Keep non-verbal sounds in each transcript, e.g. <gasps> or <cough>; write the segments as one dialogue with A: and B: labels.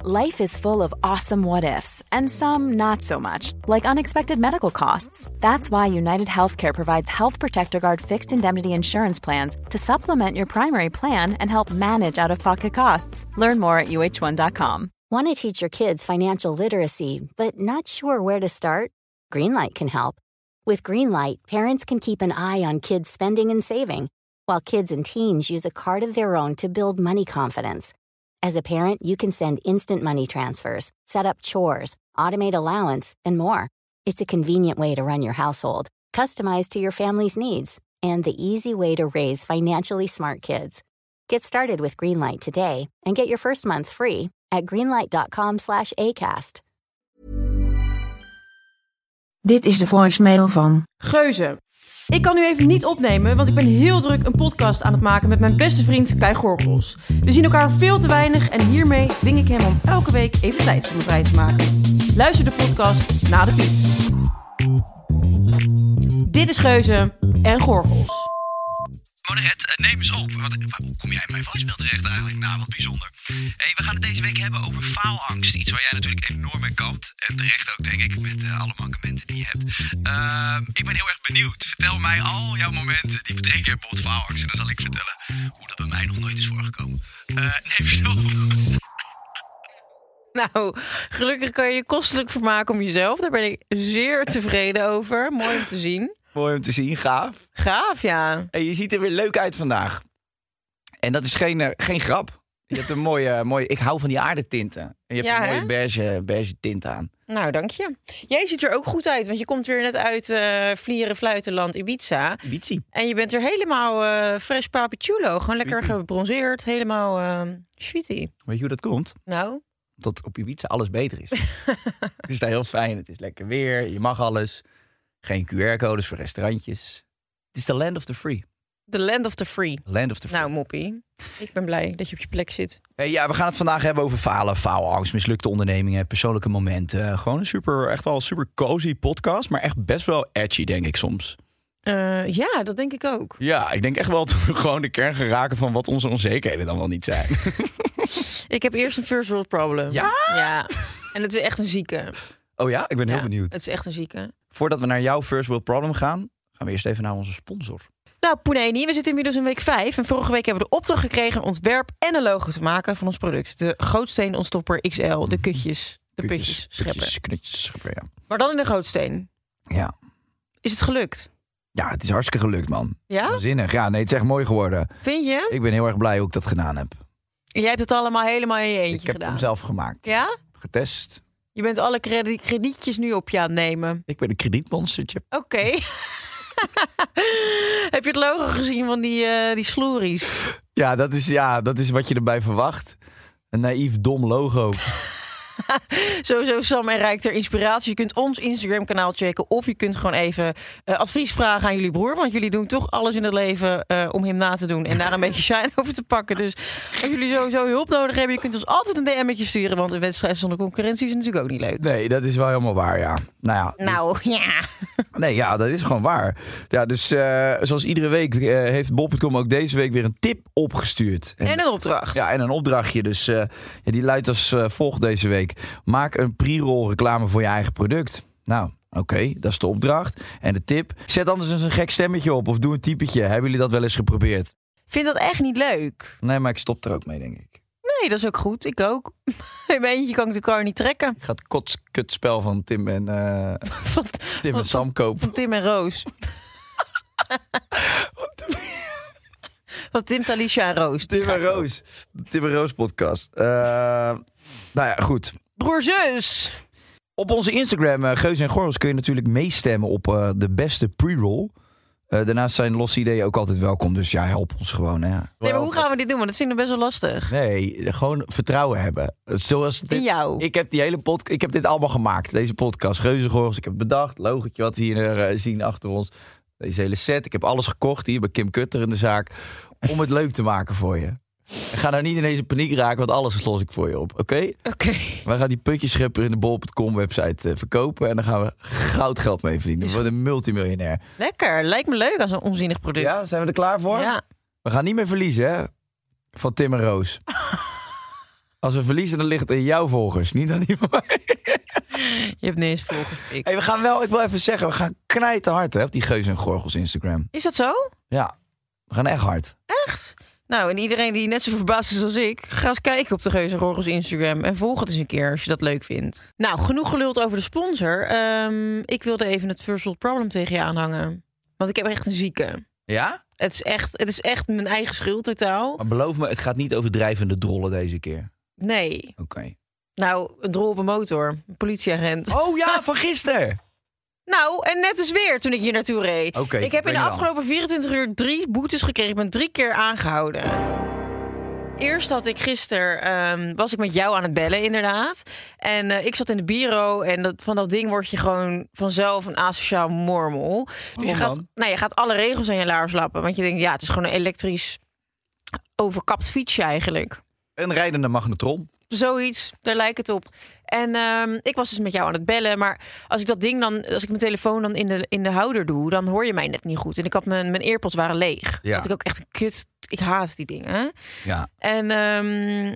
A: Life is full of awesome what ifs, and some not so much, like unexpected medical costs. That's why United Healthcare provides Health Protector Guard fixed indemnity insurance plans to supplement your primary plan and help manage out of pocket costs. Learn more at uh1.com.
B: Want to teach your kids financial literacy, but not sure where to start? Greenlight can help. With Greenlight, parents can keep an eye on kids' spending and saving, while kids and teens use a card of their own to build money confidence. As a parent, you can send instant money transfers, set up chores, automate allowance, and more. It's a convenient way to run your household, customized to your family's needs, and the easy way to raise financially smart kids. Get started with Greenlight today and get your first month free at greenlight.com/acast.
C: Dit is de voicemail van.
D: Geuze. Ik kan nu even niet opnemen, want ik ben heel druk een podcast aan het maken met mijn beste vriend Kai Gorgels. We zien elkaar veel te weinig en hiermee dwing ik hem om elke week even tijd voor me vrij te maken. Luister de podcast na de piep. Dit is Geuze en Gorgels.
E: Moderet, eh, neem eens op. Wat, wa- hoe kom jij in mijn voicemail terecht eigenlijk? Nou, wat bijzonder. hey, we gaan het deze week hebben over faalangst. Iets waar jij natuurlijk enorm mee kampt. En terecht ook, denk ik, met eh, alle mankementen die je hebt. Ehm, ik ben heel erg benieuwd. Vertel mij al jouw momenten die betrekking hebben op faalangst. En dan zal ik vertellen hoe dat bij mij nog nooit is voorgekomen. Eh, neem eens op.
F: Nou, gelukkig kan je je kostelijk vermaken om jezelf. Daar ben ik zeer tevreden over. Mooi om te zien.
E: Mooi om te zien, gaaf.
F: Gaaf, ja.
E: En je ziet er weer leuk uit vandaag. En dat is geen, eh, geen grap. Je hebt een <laughs> mooie, eh, mooie... Ik hou van die aardetinten. En je hebt
F: Ja,
E: een mooie
F: hè?
E: beige, beige tint aan.
F: Nou, dank je. Jij ziet er ook goed uit, want je komt weer net uit eh Vlieren Fluitenland Ibiza.
E: Bitsie.
F: En je bent er helemaal eh fresh papichulo. Gewoon lekker gebronzeerd. Helemaal eh sweetie.
E: Weet je hoe dat komt?
F: Nou,
E: Omdat op Ibiza alles beter
F: <laughs>
E: is. het is daar heel fijn. Het is lekker weer. Je mag alles. Geen QR-codes voor restaurantjes. Het is de land of the free.
F: the land of the free.
E: Land of the free.
F: Nou, moppie. Ik ben blij dat je op je plek zit.
E: Hey, ja, we gaan het vandaag hebben over falen, faalangst, mislukte ondernemingen, persoonlijke momenten. Gewoon een super, echt wel een super cozy podcast. Maar echt best wel edgy, denk ik soms.
F: Eh, ja, dat denk ik ook.
E: Ja, ik denk echt wel dat we <laughs> gewoon de kern gaan raken van wat onze onzekerheden dan wel niet zijn.
F: Ik heb eerst een first world problem.
E: <laughs> Ja?
F: Ja. En het is echt een zieke.
E: Oh ja, ik ben heel
F: Ja,
E: benieuwd.
F: Het is echt een zieke.
E: Voordat we naar jouw first world problem gaan, gaan we eerst even naar onze sponsor.
F: Nou, Poeneni, we zitten inmiddels in week 5. En vorige week hebben we de opdracht gekregen een ontwerp en een logo te maken van ons product. De gootsteen ontstopper XL, de kutjes, de putjes, scheppen.
E: Kutjes, knutjes, scheppen, ja.
F: Maar dan in de gootsteen.
E: Ja.
F: Is het gelukt?
E: Ja, het is hartstikke gelukt, man.
F: Ja?
E: Waanzinnig. Ja, nee, het is echt mooi geworden.
F: Vind je?
E: Ik ben heel erg blij hoe ik dat gedaan heb.
F: Jij hebt het allemaal helemaal in je
E: ik
F: eentje
E: heb
F: gedaan.
E: hem zelf gemaakt.
F: Ja?
E: Getest.
F: Je bent alle kredi- kredietjes nu op je aan het nemen.
E: Ik ben een kredietmonstertje.
F: Oké. <laughs> Heb je het logo gezien van die, eh die sloeries?
E: Ja dat, is, ja, dat is wat je erbij verwacht. Een naïef
F: <laughs>
E: dom logo.
F: Sowieso Sam en Rijk ter inspiratie. Je kunt ons Instagram kanaal checken. Of je kunt gewoon even eh, advies vragen aan jullie broer. Want jullie doen toch alles in het leven eh, om hem na te doen. En <laughs> daar een beetje shine over te pakken. Dus als jullie sowieso hulp nodig hebben. Je kunt ons altijd een DM'tje sturen. Want een wedstrijd zonder concurrentie is natuurlijk ook niet leuk.
E: Nee, dat is wel helemaal waar, ja. Nou ja, dus-
F: Nou, ja.
E: nee, ja dat is gewoon waar. Ja, dus eh, zoals iedere week eh, heeft Bob.com ook deze week weer een tip opgestuurd.
F: En een opdracht.
E: Ja, en een opdrachtje. Dus eh, ja, die luidt als eh, volgt deze week. Maak een pre-roll reclame voor je eigen product. Nou, oké, dat is de opdracht. En de tip, zet anders eens een gek stemmetje op of doe een typetje. Hebben jullie dat wel eens geprobeerd?
F: Vind dat echt niet leuk.
E: Nee, maar ik stop er ook mee, denk ik.
F: Nee, dat is ook goed. Ik ook. <laughs> In mijn eentje kan ik de kar niet trekken. <laughs>
E: Ik ga het kotskutspel van Tim en, eh,
F: Van,
E: Tim en
F: van-
E: Sam kopen.
F: van Tim en Roos. <laughs> Van Tim, Talisha en Roos.
E: Tim en Roos. De Tim en Roos podcast. Eh, nou ja, goed.
F: Broer, zus.
E: Op onze Instagram, eh Geus en Gorrels, kun je natuurlijk meestemmen op eh, de beste pre-roll. Eh, daarnaast zijn losse ideeën ook altijd welkom, dus ja, help ons gewoon. Hè.
F: Nee, maar hoe gaan we dit doen? Want dat vinden we best wel lastig.
E: Nee, gewoon vertrouwen hebben. Zoals dit,
F: In jou.
E: Ik heb die hele podcast, ik heb dit allemaal gemaakt, deze podcast. Geus en Gorrels, ik heb het bedacht, logotje wat we hier eh, zien achter ons. Deze hele set, ik heb alles gekocht hier bij Kim Kutter in de zaak. Om het leuk te maken voor je. Ga nou niet ineens in paniek raken, want alles los ik voor je op, oké?
F: Oké.
E: Wij gaan die putjeschepper in de bol.com website eh, verkopen. En dan gaan we goud geld mee verdienen. We worden een multimiljonair.
F: Lekker. Lijkt me leuk als een onzinnig product.
E: Ja, zijn we er klaar voor?
F: Ja.
E: We gaan niet meer verliezen, hè? Van Tim en Roos. Als we verliezen, dan ligt het aan jouw volgers, niet aan die van mij.
F: Je hebt niet eens volgens ik.
E: Hey, we gaan wel, ik wil even zeggen, we gaan knijten hard hè, op die Geuzen en Gorgels Instagram.
F: Is dat zo?
E: Ja, we gaan echt hard.
F: Echt? Nou, en iedereen die net zo verbaasd is als ik, ga eens kijken op de Geuze Gorgels Instagram. En volg het eens een keer als je dat leuk vindt. Nou, genoeg geluld over de sponsor. Ehm, ik wilde even het First World Problem tegen je aanhangen. Want ik heb echt een zieke.
E: Ja?
F: Het is echt, het is echt mijn eigen schuld totaal.
E: Maar beloof me, het gaat niet over drijvende drollen deze keer.
F: Nee.
E: Oké.
F: Nou, een drol op een motor. Een politieagent.
E: Oh ja, van gisteren!
F: Nou, en net dus weer toen ik hier naartoe reed.
E: Oké,
F: ik heb in
E: breng
F: de
E: het aan.
F: afgelopen 24 uur drie boetes gekregen. Ik ben drie keer aangehouden. Eerst had ik gisteren, ehm, was ik met jou aan het bellen inderdaad. En eh, ik zat in de bureau en dat, van dat ding word je gewoon vanzelf een asociaal mormel. Dus je
E: Waarom
F: gaat,
E: dan?
F: nou, je gaat alle regels aan je laars lappen. Want je denkt, ja, het is gewoon een elektrisch overkapt fietsje eigenlijk
E: Een rijdende magnetron.
F: zoiets, daar lijkt het op. En ehm, ik was dus met jou aan het bellen, maar als ik dat ding dan, als ik mijn telefoon dan in de, in de houder doe, dan hoor je mij net niet goed. En ik had mijn, mijn earpods waren leeg.
E: Ja.
F: Dat ik ook echt een kut, ik haat die dingen.
E: Ja.
F: En ehm,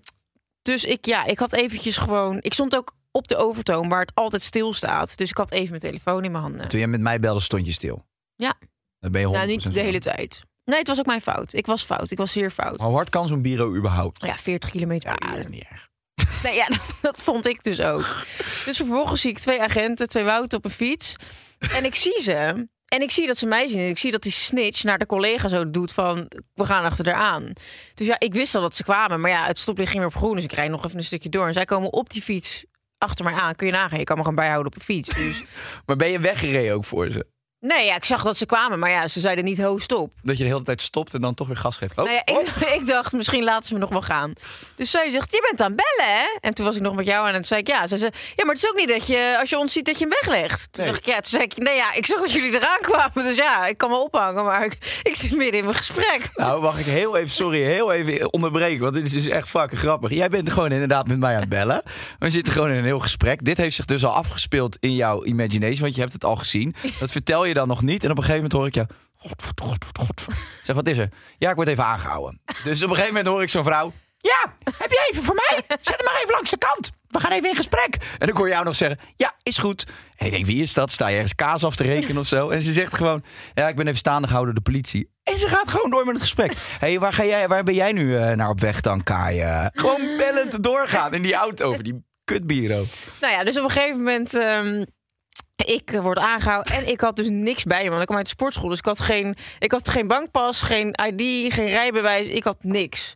F: dus ik, ja, ik had eventjes gewoon, ik stond ook op de overtoon waar het altijd stil staat. Dus ik had even mijn telefoon in mijn handen.
E: Toen jij met mij belde, stond je stil.
F: Ja.
E: Dan ben je 100%
F: Nou, niet de
E: van.
F: hele tijd. Nee, het was ook mijn fout. Ik was fout. Ik was zeer fout.
E: Hoe hard kan zo'n bureau überhaupt?
F: Ja, 40 kilometer per uur.
E: niet erg.
F: Nee, ja, <laughs> dat vond ik dus ook. Dus vervolgens zie ik twee agenten, twee woud op een fiets. En ik zie ze. En ik zie dat ze mij zien. En ik zie dat die snitch naar de collega zo doet van... we gaan achter haar aan. Dus ja, ik wist al dat ze kwamen. Maar ja, het stoplicht ging weer op groen. Dus ik rijd nog even een stukje door. En zij komen op die fiets achter mij aan. Kun je nagaan, je kan me gaan bijhouden op een fiets. Dus...
E: Maar ben je weggereden ook voor ze?
F: Nee, ja, ik zag dat ze kwamen. Maar ja, ze zeiden niet ho, stop.
E: Dat je de hele tijd stopt en dan toch weer gas geeft. Oh,
F: nou ja,
E: oh.
F: ik, <laughs> ik dacht, misschien laten ze me nog wel gaan. Dus zij zegt, je bent aan het bellen, hè? En toen was ik nog met jou aan en toen zei ik, ja. Zij zei, ja, maar het is ook niet dat je, als je ons ziet, dat je hem weglegt. Toen
E: Nee.
F: dacht ik, ja, toen zei ik, nee, ja, ik zag dat jullie eraan kwamen. Dus ja, ik kan me ophangen, maar ik, ik zit midden in mijn gesprek.
E: Nou, mag ik heel even, sorry, heel even onderbreken. Want dit is dus echt fucking grappig. Jij bent gewoon inderdaad met mij aan het bellen. We zitten gewoon in een heel gesprek. Dit heeft zich dus al afgespeeld in jouw imagination, want je hebt het al gezien. Dat vertel je dan nog niet. En op een gegeven moment hoor ik jou. "Godverd- godverd- godverd." Zeg, wat is er? Ja, ik word even aangehouden. Dus op een gegeven moment hoor ik zo'n vrouw. Ja, heb je even voor mij? Zet hem maar even langs de kant. We gaan even in gesprek. En ik hoor jou nog zeggen, ja, is goed. En ik denk, wie is dat? Sta je ergens kaas af te rekenen of zo? En ze zegt gewoon, ja, ik ben even staande gehouden door de politie. En ze gaat gewoon door met het gesprek. Hé, hey, waar, ga jij- waar ben jij nu eh, naar op weg dan, Kai? eh? gewoon bellend doorgaan in die auto over die kutbureau.
F: Nou ja, dus op een gegeven moment... ehm, ik eh, word aangehouden en ik had dus niks bij me. Want ik kwam uit de sportschool, dus ik had geen, ik had geen bankpas, geen ID, geen rijbewijs. Ik had niks.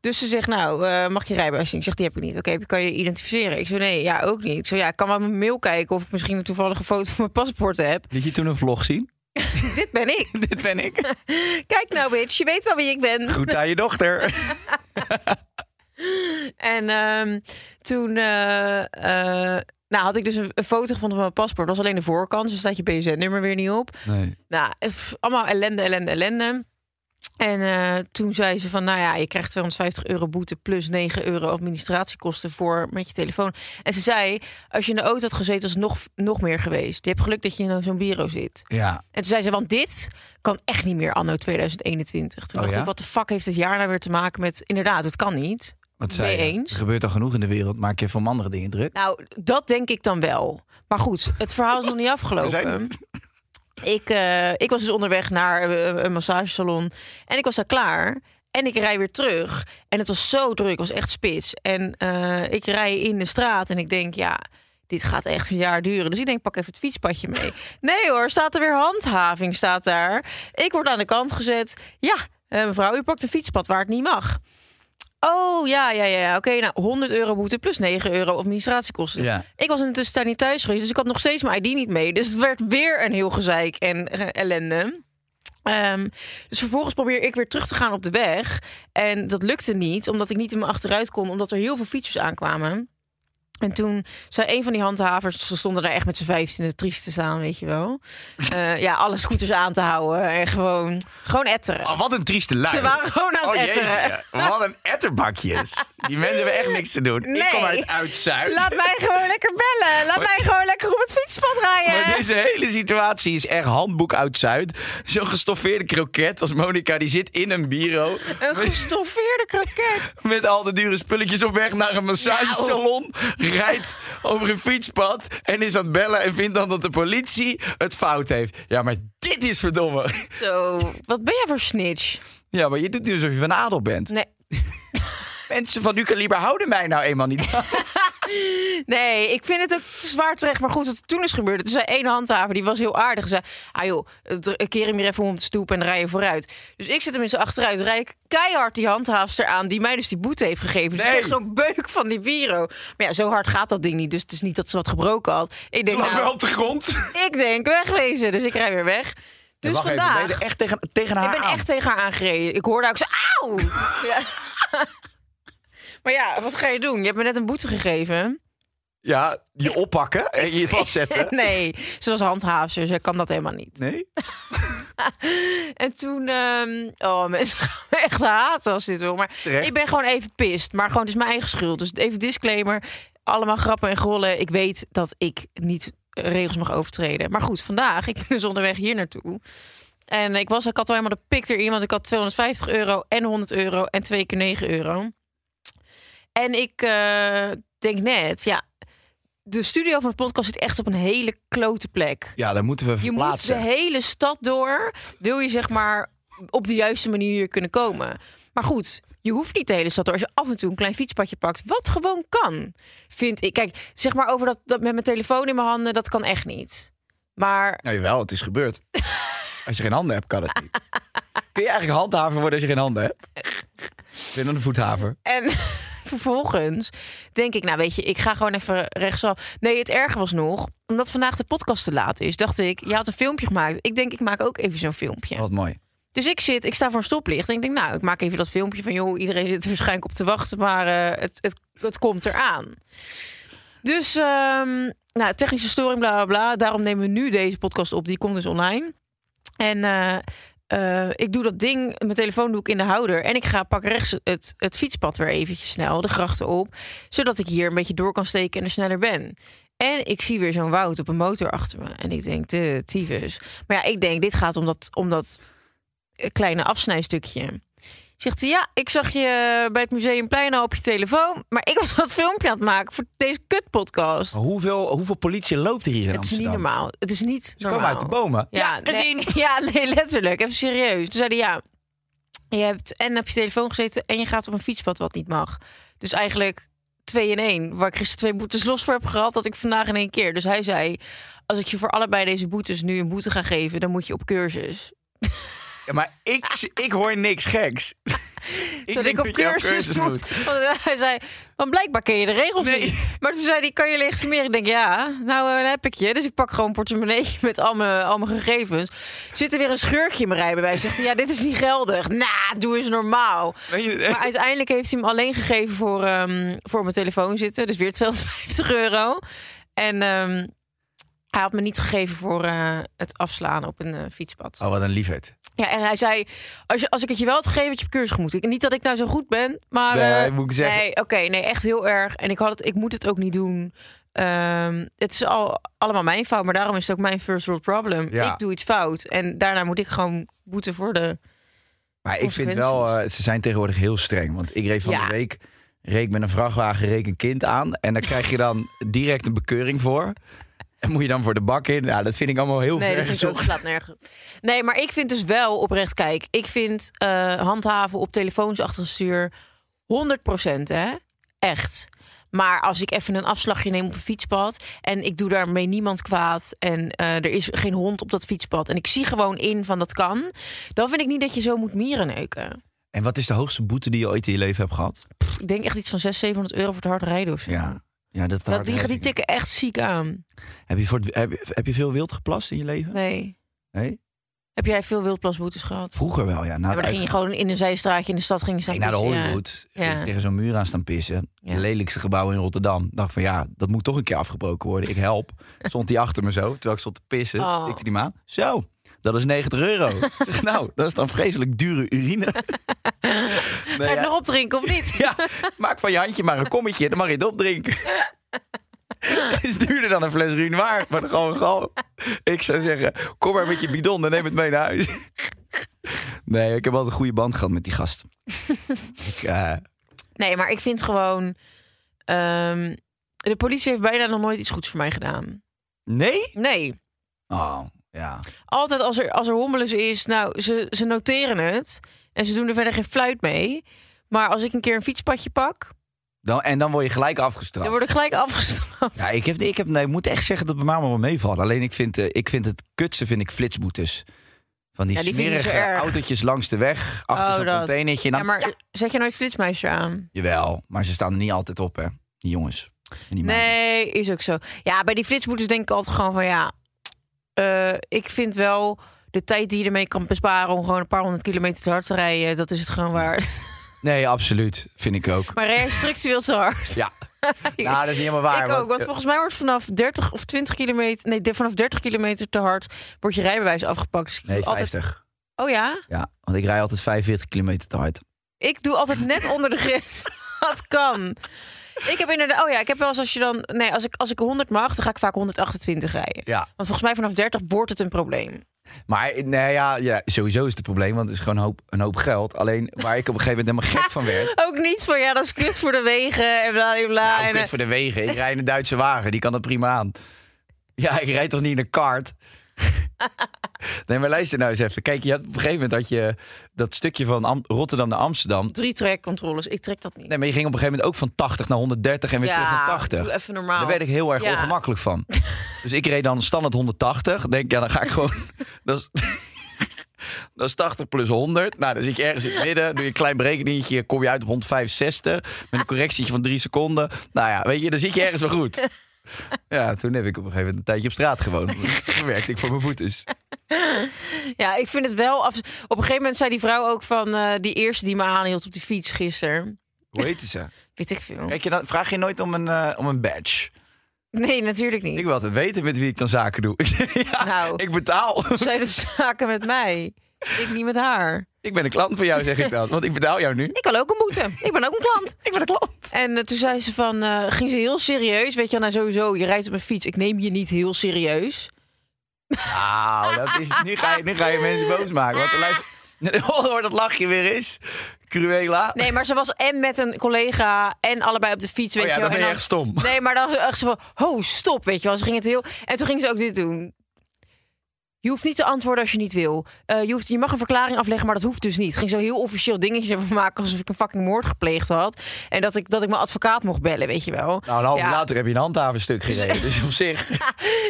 F: Dus ze zegt, nou, eh, mag je rijbewijs zien? Ik zeg, die heb ik niet. Oké, kan je identificeren? Ik zeg, nee, ja, ook niet. Ik zeg, ja, ik kan maar mijn mail kijken of ik misschien een toevallige foto van mijn paspoort heb.
E: Liet je toen een vlog zien? <laughs>
F: Dit ben ik.
E: Dit ben ik.
F: Kijk nou, bitch, je weet wel wie ik ben.
E: Goed aan je dochter.
F: En ehm, toen eh, eh, nou, had ik dus een, een foto gevonden van mijn paspoort. Dat was alleen de voorkant, dus staat je BSN-nummer weer niet op.
E: Nee.
F: Nou, pff, allemaal ellende, ellende, ellende. En eh, toen zei ze van, nou ja, je krijgt 250 euro boete plus 9 euro administratiekosten voor met je telefoon. En ze zei, als je in de auto had gezeten, was het nog, nog meer geweest. Je hebt geluk dat je in zo'n bureau zit.
E: Ja.
F: En toen zei ze, want dit kan echt niet meer anno 2021. Toen
E: Oh
F: dacht
E: ja?
F: ik, wat de fuck heeft het jaar nou weer te maken met, inderdaad, het kan niet.
E: Wat
F: zei
E: zei
F: je? eens.
E: Er
F: Er
E: gebeurt al genoeg in de wereld. Maak je van andere dingen druk.
F: Nou, dat denk ik dan wel. Maar goed, het verhaal is nog niet afgelopen.
E: We zijn het.
F: Ik, eh, ik was dus onderweg naar eh, een massagesalon en ik was daar klaar. En ik rij weer terug. En het was zo druk, het was echt spits. En eh, ik rij in de straat en ik denk, ja, dit gaat echt een jaar duren. Dus ik denk, pak even het fietspadje mee. Nee hoor, staat er weer handhaving, staat daar. Ik word aan de kant gezet. Ja, eh, mevrouw, u pakt een fietspad waar het niet mag. Oh ja, ja, ja. ja. Oké, nou 100 euro boete plus 9 euro administratiekosten.
E: Ja.
F: Ik was in de tussentijd niet thuis geweest, dus ik had nog steeds mijn ID niet mee. Dus het werd weer een heel gezeik en eh, ellende. Ehm, dus vervolgens probeer ik weer terug te gaan op de weg. En dat lukte niet, omdat ik niet in mijn achteruit kon, omdat er heel veel fietsers aankwamen. En toen zei een van die handhavers, ze stonden daar echt met z'n vijftiende triest te staan, weet je wel. Eh, ja, alle scooters aan te houden en gewoon, gewoon etteren.
E: Oh, wat een trieste lui.
F: Ze waren gewoon aan het
E: oh, jeetje.
F: etteren.
E: Wat een etterbakjes. Die mensen hebben echt niks te doen. Ik kom
F: Nee.
E: uit Oud-Zuid.
F: Laat mij gewoon lekker bellen. Laat mij gewoon lekker op het fietspad rijden.
E: Maar deze hele situatie is echt handboek Oud-Zuid. Zo'n gestoffeerde kroket als Monica die zit in een bureau.
F: Een gestoffeerde kroket.
E: Met al de dure spulletjes op weg naar een massagesalon.
F: Nou.
E: Rijdt over een fietspad en is aan het bellen. En vindt dan dat de politie het fout heeft. Ja, maar dit is verdomme.
F: <laughs> Zo, wat ben jij voor snitch?
E: Ja, maar je doet nu alsof je van adel bent.
F: Nee,
E: Mensen van uw kaliber houden mij nou eenmaal niet.
F: nee, ik vind het ook te zwaar terecht. Maar goed, wat er toen is gebeurd. Er zei één handhaver, die was heel aardig. Zei, ah joh, het- keer hem hier even om op de stoep en dan rij je vooruit. Dus ik zit hem in zijn achteruit. Rij ik keihard die handhaafster aan, die mij dus die boete heeft gegeven. Dus ik
E: Nee.
F: kreeg zo'n beuk van die bureau. Maar ja, zo hard gaat dat ding niet. Dus het is niet dat ze wat gebroken had. Ik denk,
E: Lag wel
F: nou,
E: op de grond.
F: ik denk, wegwezen. Dus ik rij weer weg. Dus
E: Wacht even,
F: vandaag...
E: ben je er echt tegen, tegen haar
F: Ik ben
E: aan?
F: echt tegen haar aangereden. Ik hoorde ook zo, <laughs> auw! Ja. Maar ja, wat ga je doen? Je hebt me net een boete gegeven.
E: Ja, je oppakken en je vastzetten.
F: Eh, Nee, ze was handhaafster. Ze kan dat helemaal niet.
E: Nee?
F: En toen... ehm, oh, mensen gaan me echt haten als dit wil. Maar
E: Terecht.
F: ik ben gewoon even pist. Maar gewoon, het is mijn eigen schuld. Dus even disclaimer. Allemaal grappen en grollen. Ik weet dat ik niet eh, regels mag overtreden. Maar goed, vandaag. Ik ben dus onderweg hier naartoe. En ik, was, ik had al helemaal de pik erin. Want ik had 250 euro en 100 euro en twee keer 9 euro. En ik eh, denk net, ja... De studio van de podcast zit echt op een hele klote plek.
E: Ja, dan moeten we
F: Je moet de
E: verplaatsen.
F: hele stad door. Wil je zeg maar op de juiste manier kunnen komen. Maar goed, je hoeft niet de hele stad door. Als je af en toe een klein fietspadje pakt. Wat gewoon kan, vind ik. Kijk, zeg maar over dat, dat met mijn telefoon in mijn handen. Dat kan echt niet. Maar
E: Nou jawel, het is
F: <laughs>
E: gebeurd. Als je geen handen hebt, kan het niet. Kun je eigenlijk handhaver worden als je geen handen hebt? Ik ben dan een voethaver.
F: En <laughs> vervolgens denk ik, nou weet je, ik ga gewoon even rechtsaf. Nee, het erger was nog, omdat vandaag de podcast te laat is, dacht ik, je had een filmpje gemaakt. Ik denk, ik maak ook even zo'n filmpje.
E: Wat mooi.
F: Dus ik zit, ik sta voor een stoplicht en ik denk, nou, ik maak even dat filmpje van, joh, iedereen zit er waarschijnlijk op te wachten, maar eh, het, het, het komt eraan. Dus, ehm, nou, technische storing, bla bla bla. Daarom nemen we nu deze podcast op. Die komt dus online. En eh, eh, ik doe dat ding, mijn telefoon doe ik in de houder. En ik ga pak rechts het, het fietspad weer eventjes snel, de grachten op. Zodat ik hier een beetje door kan steken en er sneller ben. En ik zie weer zo'n woud op een motor achter me. En ik denk, de tyfus. Maar ja, ik denk, dit gaat om dat, om dat eh, kleine afsnijstukje. Zegt hij, ja, ik zag je bij het Museumplein al op je telefoon. Maar ik was dat filmpje aan het maken voor deze kutpodcast.
E: Maar Hoeveel, hoeveel politie loopt er hier in
F: Het is niet
E: Oh, Amsterdam?
F: normaal. Het is niet
E: Ze komen
F: normaal.
E: uit de bomen.
F: Ja,
E: gezien.
F: Nee, <laughs> ja, nee, letterlijk. Even serieus. Toen zeiden ja, je hebt en op je telefoon gezeten en je gaat op een fietspad wat niet mag. Dus eigenlijk twee in één. Waar ik gisteren twee boetes los voor heb gehad, dat ik vandaag in één keer. Dus hij zei, als ik je voor allebei deze boetes nu een boete ga geven, dan moet je op cursus.
E: Ja, maar
F: <laughs>
E: ik, ik hoor niks geks. ik
F: dat
E: denk
F: ik op
E: dat je
F: cursus, moet. Want hij zei, want blijkbaar ken je de regels
E: Nee.
F: niet. Maar toen zei hij, kan je legitimeren? Ik denk, ja, nou eh, dan heb ik je. Dus ik pak gewoon een portemonneetje met al mijn, al mijn gegevens. Zit er weer een scheurtje in mijn rijbewijs. Zegt hij, ja, dit is niet geldig. Nou, doe eens normaal.
E: Weet je- <laughs>
F: Maar uiteindelijk heeft hij hem alleen gegeven voor, ehm, voor mijn telefoon zitten. Dus weer 250 euro. En ehm, hij had me niet gegeven voor eh, het afslaan op een eh, fietspad.
E: Oh, wat een liefheid.
F: Ja, en hij zei, als, je, als ik het je wel had gegeven, had je op cursus moet. Ik, niet dat ik nou zo goed ben, maar...
E: Nee,
F: eh,
E: moet ik zeggen.
F: Nee, oké, nee, echt heel erg. En ik, had het, ik moet het ook niet doen. Ehm, het is al, allemaal mijn fout, maar daarom is het ook mijn first world problem.
E: Ja.
F: Ik doe iets fout en daarna moet ik gewoon boeten voor de...
E: Maar ik vind wel, eh, ze zijn tegenwoordig heel streng. Want ik reed van
F: Ja.
E: de week reed met een vrachtwagen reed een kind aan. En daar krijg je dan direct een bekeuring voor. En moet je dan voor de bak in. Nou, dat vind ik allemaal heel
F: Nee,
E: ver
F: dat vind ik ook,
E: gezocht.
F: slaat nergens op. Nee, maar ik vind dus wel oprecht, kijk, ik vind eh, handhaven op telefoons achter het stuur 100% hè? Echt. Maar als ik even een afslagje neem op een fietspad en ik doe daarmee niemand kwaad en eh, er is geen hond op dat fietspad en ik zie gewoon in van dat kan, dan vind ik niet dat je zo moet mierenneuken.
E: En wat is de hoogste boete die je ooit in je leven hebt gehad?
F: Pff, Ik denk echt iets van 600, 700 euro voor het hard rijden of zo.
E: Ja, ja dat,
F: dat, die,
E: heb
F: die
E: ik.
F: tikken echt ziek aan.
E: Heb je, voor het- heb, heb je veel wild geplast in je leven?
F: Nee.
E: Nee?
F: Heb jij veel wildplasboetes gehad? Ja,
E: Vroeger wel, ja. Na
F: maar
E: het
F: dan ging je gewoon in een zijstraatje in de stad ging je staan
E: ging naar de
F: pissen, dus, ja.
E: Hollywood.
F: Ja.
E: Ging ik tegen zo'n muur aan staan pissen.
F: Ja.
E: De lelijkste gebouw in Rotterdam. Dacht van ja, dat moet toch een keer afgebroken worden. Ik
F: <laughs>
E: help. Stond die achter me zo. Terwijl ik stond te pissen.
F: Oh.
E: Tikte die me aan. Zo, dat is
F: <laughs>
E: 90 euro. Ik zeg, nou, dat is dan vreselijk dure urine. Nee,
F: Ga je
E: ja,
F: het nog opdrinken of niet?
E: <laughs> ja, maak van je handje maar een kommetje. Dan mag je het opdrinken. <laughs> Het is duurder dan een fles urinoir. Maar dan gewoon, gewoon. Ik zou zeggen, kom maar met je bidon en neem het mee naar huis. <laughs> Nee, ik heb altijd een goede band gehad met die <laughs> gast. ik, eh,
F: <laughs> Nee, maar ik vind gewoon... ehm, de politie heeft bijna nog nooit iets goeds voor mij gedaan.
E: Nee?
F: Nee.
E: Oh, ja.
F: altijd als er, als er hommelus is, nou, ze, ze noteren het. En ze doen er verder geen fluit mee. Maar als ik een keer een fietspadje pak,
E: Dan, en dan word je gelijk afgestraft.
F: dan word ik gelijk <laughs> afgestraft.
E: Ja, ik, heb, ik, heb, nee, ik moet echt zeggen dat het bij mij allemaal wel meevalt. Alleen ik vind, eh, ik vind het kutste vind ik flitsboetes. Van die
F: Ja, die vind ik
E: smerige
F: zo erg.
E: autootjes langs de weg. Achter
F: Oh,
E: zo'n
F: dat.
E: containertje.
F: Ja,
E: Nou,
F: maar zet je nooit flitsmeister aan?
E: Jawel, maar ze staan er niet altijd op, hè. Die jongens. En die meiden.
F: Nee, is ook zo. Ja, bij die flitsboetes denk ik altijd gewoon van ja. eh, ik vind wel de tijd die je ermee kan besparen om gewoon een paar honderd kilometer te hard te rijden, dat is het gewoon waard. <laughs>
E: nee, absoluut. Vind ik ook.
F: Maar rij jij structureel te hard?
E: Ja. Nou, dat is niet helemaal waar.
F: ik
E: want-
F: ook, want volgens mij wordt vanaf 30 of 20 kilometer, nee, de- vanaf 30 kilometer te hard wordt je rijbewijs afgepakt. Dus ik
E: Nee,
F: doe altijd,
E: 50.
F: oh ja,
E: Ja, want ik rij altijd 45 kilometer te hard.
F: ik doe altijd net onder de grens. <laughs> Dat kan. Ik heb inderdaad, oh ja, ik heb wel eens als je dan, nee, als ik als ik 100 mag, dan ga ik vaak 128 rijden.
E: Ja.
F: Want volgens mij vanaf 30 wordt het een probleem.
E: Maar nee, ja, ja, sowieso is het een probleem, want het is gewoon een hoop, een hoop geld. Alleen waar ik op een gegeven moment helemaal gek van werd...
F: <laughs> Ook niet van ja, dat is kut voor de wegen en bla bla bla.
E: Nou,
F: en,
E: kut
F: eh,
E: voor de wegen. Ik rijd in een Duitse wagen, die kan dat prima aan. Ja, ik rijd toch niet in een
F: <laughs>
E: kart? nee, maar luister nou eens even. Kijk, je had, op een gegeven moment had je dat stukje van Am- Rotterdam naar Amsterdam.
F: Drie trekcontroles, ik trek dat niet.
E: Nee, maar je ging op een gegeven moment ook van 80 naar 130 en weer terug naar 80.
F: doe even normaal.
E: Daar werd ik heel erg
F: nou. Ja.
E: ongemakkelijk van.
F: <laughs>
E: Dus ik reed dan standaard 180. Denk, ja, dan ga ik gewoon... <laughs> dat, is, dat is 80 plus 100. Nou, dan zit je ergens in het midden. Doe je een klein berekeningetje, kom je uit op 165. Met een correctietje van drie seconden. Nou ja, weet je, dan zit je ergens wel
F: <laughs>
E: goed. Ja, toen heb ik op een gegeven moment een tijdje op straat <laughs> gewoond. Toen werkte ik voor mijn boetes.
F: Ja, ik vind het wel. Af... Op een gegeven moment zei die vrouw ook van eh, die eerste die me aanhield op de fiets gisteren.
E: Hoe heette ze?
F: Weet ik veel.
E: Kijk, je dan, vraag je nooit om een, eh, om een badge.
F: Nee, natuurlijk niet.
E: Ik wil altijd weten met wie ik dan zaken doe. <laughs> Ik zeg, ja,
F: Nou.
E: ik betaal.
F: Zij doet dus <laughs> zaken met mij. Ik niet met haar.
E: Ik ben een klant van jou, zeg ik dan. Want ik betaal jou nu.
F: Ik wil ook een boete. Ik ben ook een klant.
E: <laughs> Ik ben een klant.
F: En eh, toen zei ze van, eh, ging ze heel serieus. Weet je, wel, nou sowieso, je rijdt op een fiets. Ik neem je niet heel serieus.
E: Nou, dat is, nu, ga je, nu ga je mensen boos maken. Want de luister... <laughs> Oh, hoor dat lachje weer is. Cruella.
F: Nee, maar ze was en met een collega en allebei op de fiets. Weet
E: Oh ja,
F: je wel.
E: dan ben je
F: En
E: echt stom.
F: Nee, maar dan dacht ze van, ho, stop, weet je wel. Ze ging het heel... En toen ging ze ook dit doen. Je hoeft niet te antwoorden als je niet wil. Eh, je, hoeft, je mag een verklaring afleggen, maar dat hoeft dus niet. Ging zo heel officieel dingetje ervan maken alsof ik een fucking moord gepleegd had. En dat ik, dat ik mijn advocaat mocht bellen, weet je wel. <laughs>
E: Nou, een half
F: Ja.
E: jaar later heb je een
F: <laughs>
E: handhavenstuk gereden. Dus op zich...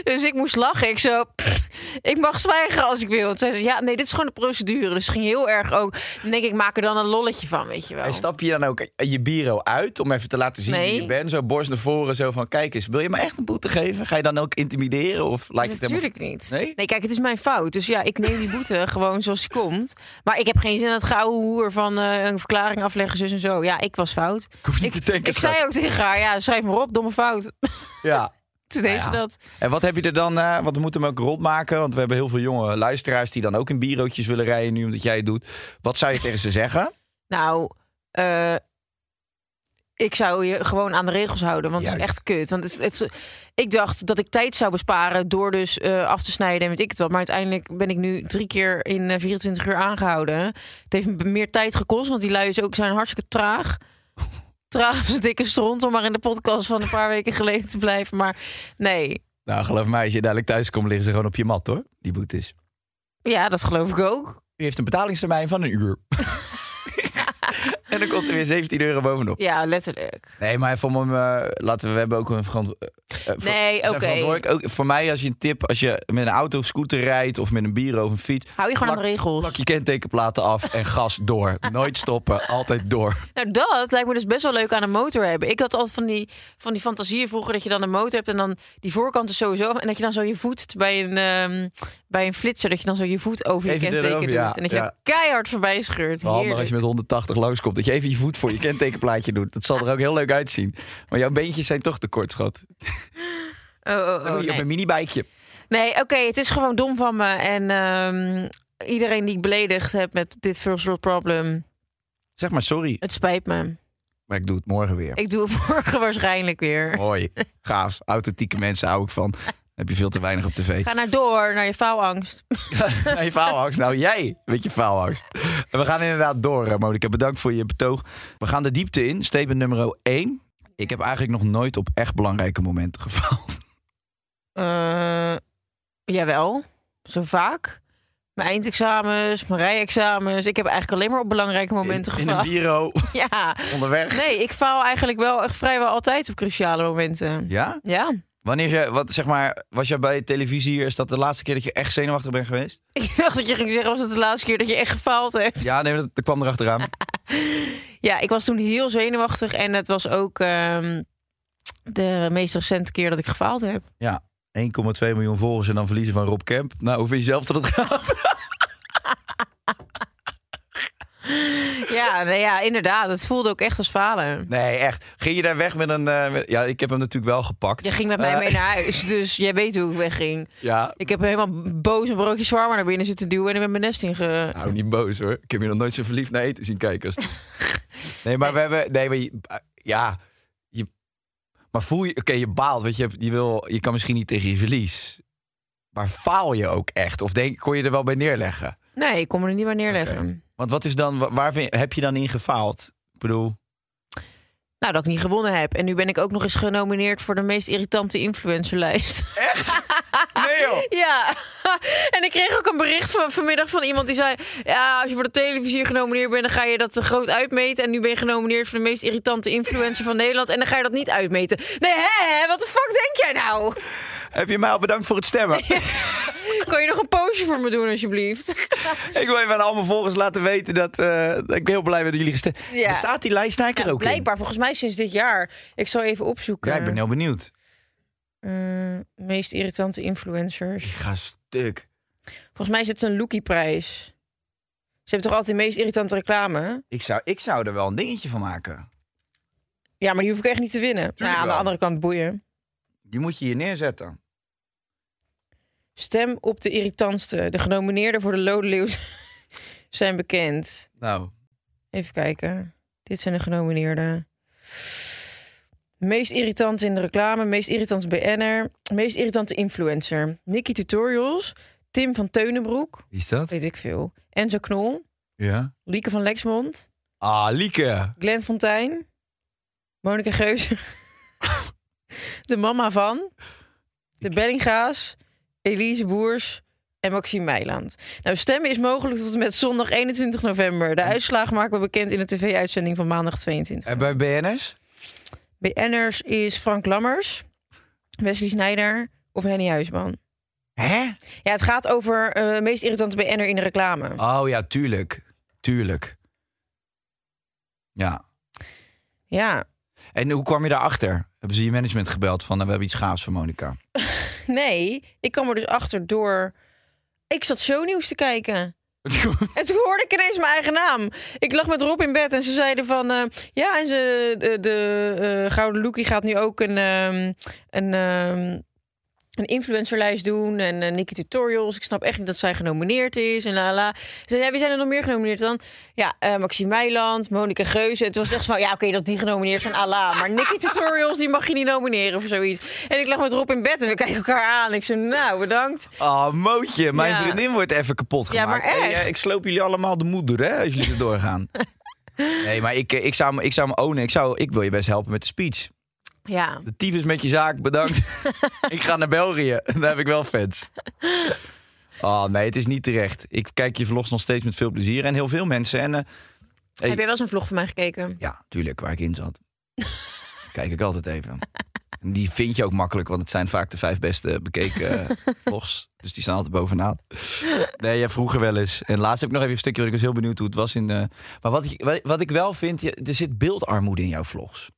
F: Dus ik moest lachen. Ik zo, "Pff, ik mag zwijgen als ik wil. Toen zei ze, ja, nee, dit is gewoon de procedure. Dus ze ging heel erg ook... Dan denk ik, maak er dan een lolletje van, weet je wel.
E: En stap je dan ook je bureau uit om even te laten zien
F: Nee.
E: wie je bent? Zo borst naar voren, zo van, kijk eens, wil je me echt een boete geven? Ga je dan ook intimideren? Of laat je het helemaal-
F: Natuurlijk niet.
E: Nee?
F: kijk, het is mijn fout. Dus ja, ik neem die boete <laughs> gewoon zoals die komt. Maar ik heb geen zin in het gouden hoer van eh, een verklaring afleggen, zus en zo. Ja, ik was fout.
E: Ik hoef niet te denken,
F: Ik zei
E: schat.
F: ook tegen haar, ja, schrijf maar op, domme fout. <laughs>
E: Ja.
F: Toen deed
E: Nou
F: ze
E: ja.
F: dat.
E: En wat heb je er dan, eh, want we moeten hem ook rond maken, want we hebben heel veel jonge luisteraars die dan ook in bureautjes willen rijden nu omdat jij het doet. Wat zou je tegen ze zeggen?
F: Nou, eh, ik zou je gewoon aan de regels houden, want het is
E: Juist.
F: echt kut. Want het, is- het, is- ik dacht dat ik tijd zou besparen door dus eh, af te snijden en weet ik het wel. Maar uiteindelijk ben ik nu drie keer in eh, 24 uur aangehouden. Het heeft me meer tijd gekost, want die lui is ook, zijn hartstikke traag. <laughs> Traag als een dikke stront om maar in de podcast van een paar weken geleden te blijven. Maar nee,
E: <laughs> Nou, geloof mij, als je dadelijk thuis komt, liggen ze gewoon op je mat hoor, die boetes.
F: ja, dat geloof ik ook.
E: <laughs> U heeft een betalingstermijn van een uur. En dan komt er weer 17 euro bovenop.
F: Ja, letterlijk.
E: Nee, maar even om hem, eh, laten we, we hebben ook een verantwo- eh, eh, ver-
F: Nee,
E: we zijn
F: oké.
E: verantwoordelijk. Ook voor mij als je een tip, als je met een auto of scooter rijdt of met een bier of een fiets,
F: Hou je gewoon aan de regels.
E: plak je kentekenplaten af en gas door. Nooit stoppen, altijd door.
F: Nou, dat lijkt me dus best wel leuk aan een motor hebben. Ik had altijd van die, van die fantasieën vroeger dat je dan een motor hebt en dan die voorkant is sowieso. En dat je dan zo je voet bij een, ehm, bij een flitser, dat je dan zo je voet over je
E: Even
F: kenteken
E: erover,
F: doet.
E: ja,
F: en dat je
E: ja.
F: dan keihard voorbij scheurt.
E: Wel Handig als
F: Heerlijk.
E: je met 180 langskomt, dat je even je voet
F: <laughs>
E: voor je kentekenplaatje doet. Dat zal er ook heel leuk uitzien. Maar jouw beentjes zijn toch te kort, schat.
F: Oh, oh,
E: Dan
F: oh,
E: moet je op
F: nee,
E: een minibikeje.
F: nee oké, het is gewoon dom van me. En ehm, iedereen die ik beledigd heb met dit first world problem,
E: Zeg maar sorry,
F: het spijt me.
E: maar ik doe het
F: <laughs>
E: morgen weer.
F: Ik doe het morgen waarschijnlijk weer.
E: Mooi, gaaf. Authentieke mensen hou ik van. Dan heb je veel te weinig op
F: <laughs>
E: tv.
F: Ga naar door, naar je faalangst.
E: nee, faalangst. Nou, jij met je faalangst. En we gaan inderdaad door, eh, Monika. Bedankt voor je betoog. We gaan de diepte in. Statement nummer 1. Ik heb eigenlijk nog nooit op echt belangrijke momenten gefaald.
F: Eh, jawel, zo vaak. Mijn eindexamens, mijn rijexamens. Ik heb eigenlijk alleen maar op belangrijke momenten
E: in, in een
F: gefaald.
E: bureau,
F: <laughs> ja,
E: <laughs> onderweg.
F: nee, ik faal eigenlijk wel echt vrijwel altijd op cruciale momenten.
E: Ja?
F: Ja, <laughs>
E: Wanneer je, wat, zeg maar, was jij bij televisie hier? Is dat de laatste keer dat je echt zenuwachtig bent geweest?
F: ik dacht dat je ging zeggen, was het de laatste keer dat je echt gefaald hebt?
E: Ja, nee, dat, dat kwam erachteraan.
F: Ja, ik was toen heel zenuwachtig en het was ook ehm, de meest recente keer dat ik gefaald heb.
E: 1,2 miljoen volgers en dan verliezen van Rob Kemp. Nou, hoe vind je zelf dat het gaat?
F: Ja, nou ja, inderdaad, het voelde ook echt als falen.
E: Nee, echt. Ging je daar weg met een... eh, met- ja, ik heb hem natuurlijk wel gepakt.
F: Je ging met mij
E: Eh,
F: mee naar huis, dus jij weet hoe ik wegging.
E: Ja,
F: Ik heb helemaal boos een broodje zwaar naar binnen zitten duwen en ik ben mijn nest inge...
E: Nou, niet boos hoor. Ik heb je nog nooit zo verliefd naar eten zien kijken. als- <laughs> Nee, maar we hebben. Nee, maar je, ja. Je, maar voel je. Oké, je baalt. Want je, hebt, je, wil, je kan misschien niet tegen je verlies. Maar faal je ook echt? Of denk, kon je er wel bij neerleggen?
F: Nee, ik kon me er niet meer neerleggen.
E: Want wat is dan. wa- Waar vind- heb je dan in gefaald? Ik bedoel.
F: Nou, dat ik niet gewonnen heb. En nu ben ik ook nog eens genomineerd voor de meest irritante influencerlijst. <laughs>
E: <laughs> Nee, joh.
F: Ja, <laughs> en ik kreeg ook een bericht van, vanmiddag van iemand die zei... Ja, als je voor de televisie genomineerd bent, dan ga je dat eh, groot uitmeten. En nu ben je genomineerd voor de meest irritante influencer van Nederland. En dan ga je dat niet uitmeten. Nee, hè, hè, wat de fuck denk jij nou? <laughs>
E: Heb je mij al bedankt voor het stemmen?
F: Kan je nog een poosje voor me doen, alsjeblieft?
E: ik wil even aan al mijn volgers laten weten dat, eh, dat ik heel blij ben dat jullie gestemd
F: Ja.
E: Bestaat die lijst eigenlijk ook in?
F: Blijkbaar, volgens mij sinds dit jaar. Ik zal even opzoeken.
E: Ja, ik ben heel benieuwd.
F: Eh, meest irritante influencers.
E: Ik ga stuk.
F: Volgens mij is het een Lookie-prijs. Ze hebben toch altijd de meest irritante reclame? hè?
E: Ik zou, ik zou er wel een dingetje van maken.
F: Ja, maar die hoef ik echt niet te winnen. Nou, aan de
E: wel.
F: andere kant boeien.
E: Die moet je hier neerzetten.
F: Stem op de irritantste. De genomineerden voor de Lodeleeuws <laughs> zijn bekend.
E: Nou,
F: Even kijken. Dit zijn de genomineerden. Meest irritant in de reclame. Meest irritant BN'er. Meest irritante influencer. Nicky Tutorials. Tim van Teunenbroek.
E: wie is dat?
F: Weet ik veel. Enzo Knol.
E: Ja.
F: Lieke van Lexmond.
E: Ah, Lieke.
F: Glenn Fontijn, Monika Geuze, <laughs> de mama van, de Bellinga's, Elise Boers en Maxime Meiland. Nou, stemmen is mogelijk tot en met zondag 21 november. De uitslagen maken we bekend in de tv-uitzending van maandag 22.
E: En bij BNS?
F: BN'ers is Frank Lammers, Wesley Snijder of Henny Huisman.
E: Hè?
F: Ja, het gaat over eh meest irritante BN'er in de reclame.
E: Oh ja, tuurlijk. Tuurlijk. Ja.
F: Ja,
E: En hoe kwam je daarachter? Hebben ze je management gebeld van, nou, we hebben iets gaafs voor Monica.
F: nee, ik kwam er dus achter door... Ik zat shownieuws te kijken. En toen hoorde ik ineens mijn eigen naam. Ik lag met Rob in bed en ze zeiden van... eh, ja, en ze, de, de eh, Gouden Loekie gaat nu ook een, ehm, een, ehm, een influencerlijst doen. En eh, Nikki Tutorials. Ik snap echt niet dat zij genomineerd is. En la la. Ze zei, ja, wie zijn er nog meer genomineerd dan? Ja, eh Maxime Meiland, Monika Geuze. Het was echt zo van, ja, oké, dat die genomineerd zijn, ala. Maar Nikki Tutorials, die mag je niet nomineren of zoiets. En ik lag met Rob in bed en we kijken elkaar aan. Ik zei, nou, bedankt.
E: Oh, mootje. Mijn
F: Ja.
E: vriendin wordt even kapot
F: Ja,
E: gemaakt.
F: maar
E: Hey,
F: echt.
E: eh, ik sloop jullie allemaal de moeder, hè, als jullie er
F: <laughs>
E: doorgaan. Nee, maar ik, eh, ik zou hem ik zou hem ownen. Ik, zou, ik wil je best helpen met de speech.
F: Ja.
E: De tyfus met je zaak,
F: <laughs>
E: bedankt. ik ga naar België, <laughs> daar heb ik wel fans. Oh nee, het is niet terecht. Ik kijk je vlogs nog steeds met veel plezier en heel veel mensen. En eh, Hey.
F: Heb jij wel eens een vlog van mij gekeken?
E: Ja, tuurlijk, waar ik in zat. <laughs> Kijk ik altijd even. En die vind je ook makkelijk, want het zijn vaak de vijf beste bekeken eh, vlogs. Dus die staan altijd bovenaan. Nee, ja, vroeger wel eens. En laatst heb ik nog even een stukje, want ik was heel benieuwd hoe het was. In, eh, Maar wat ik, wat, wat ik wel vind, je- er zit beeldarmoede in jouw vlogs.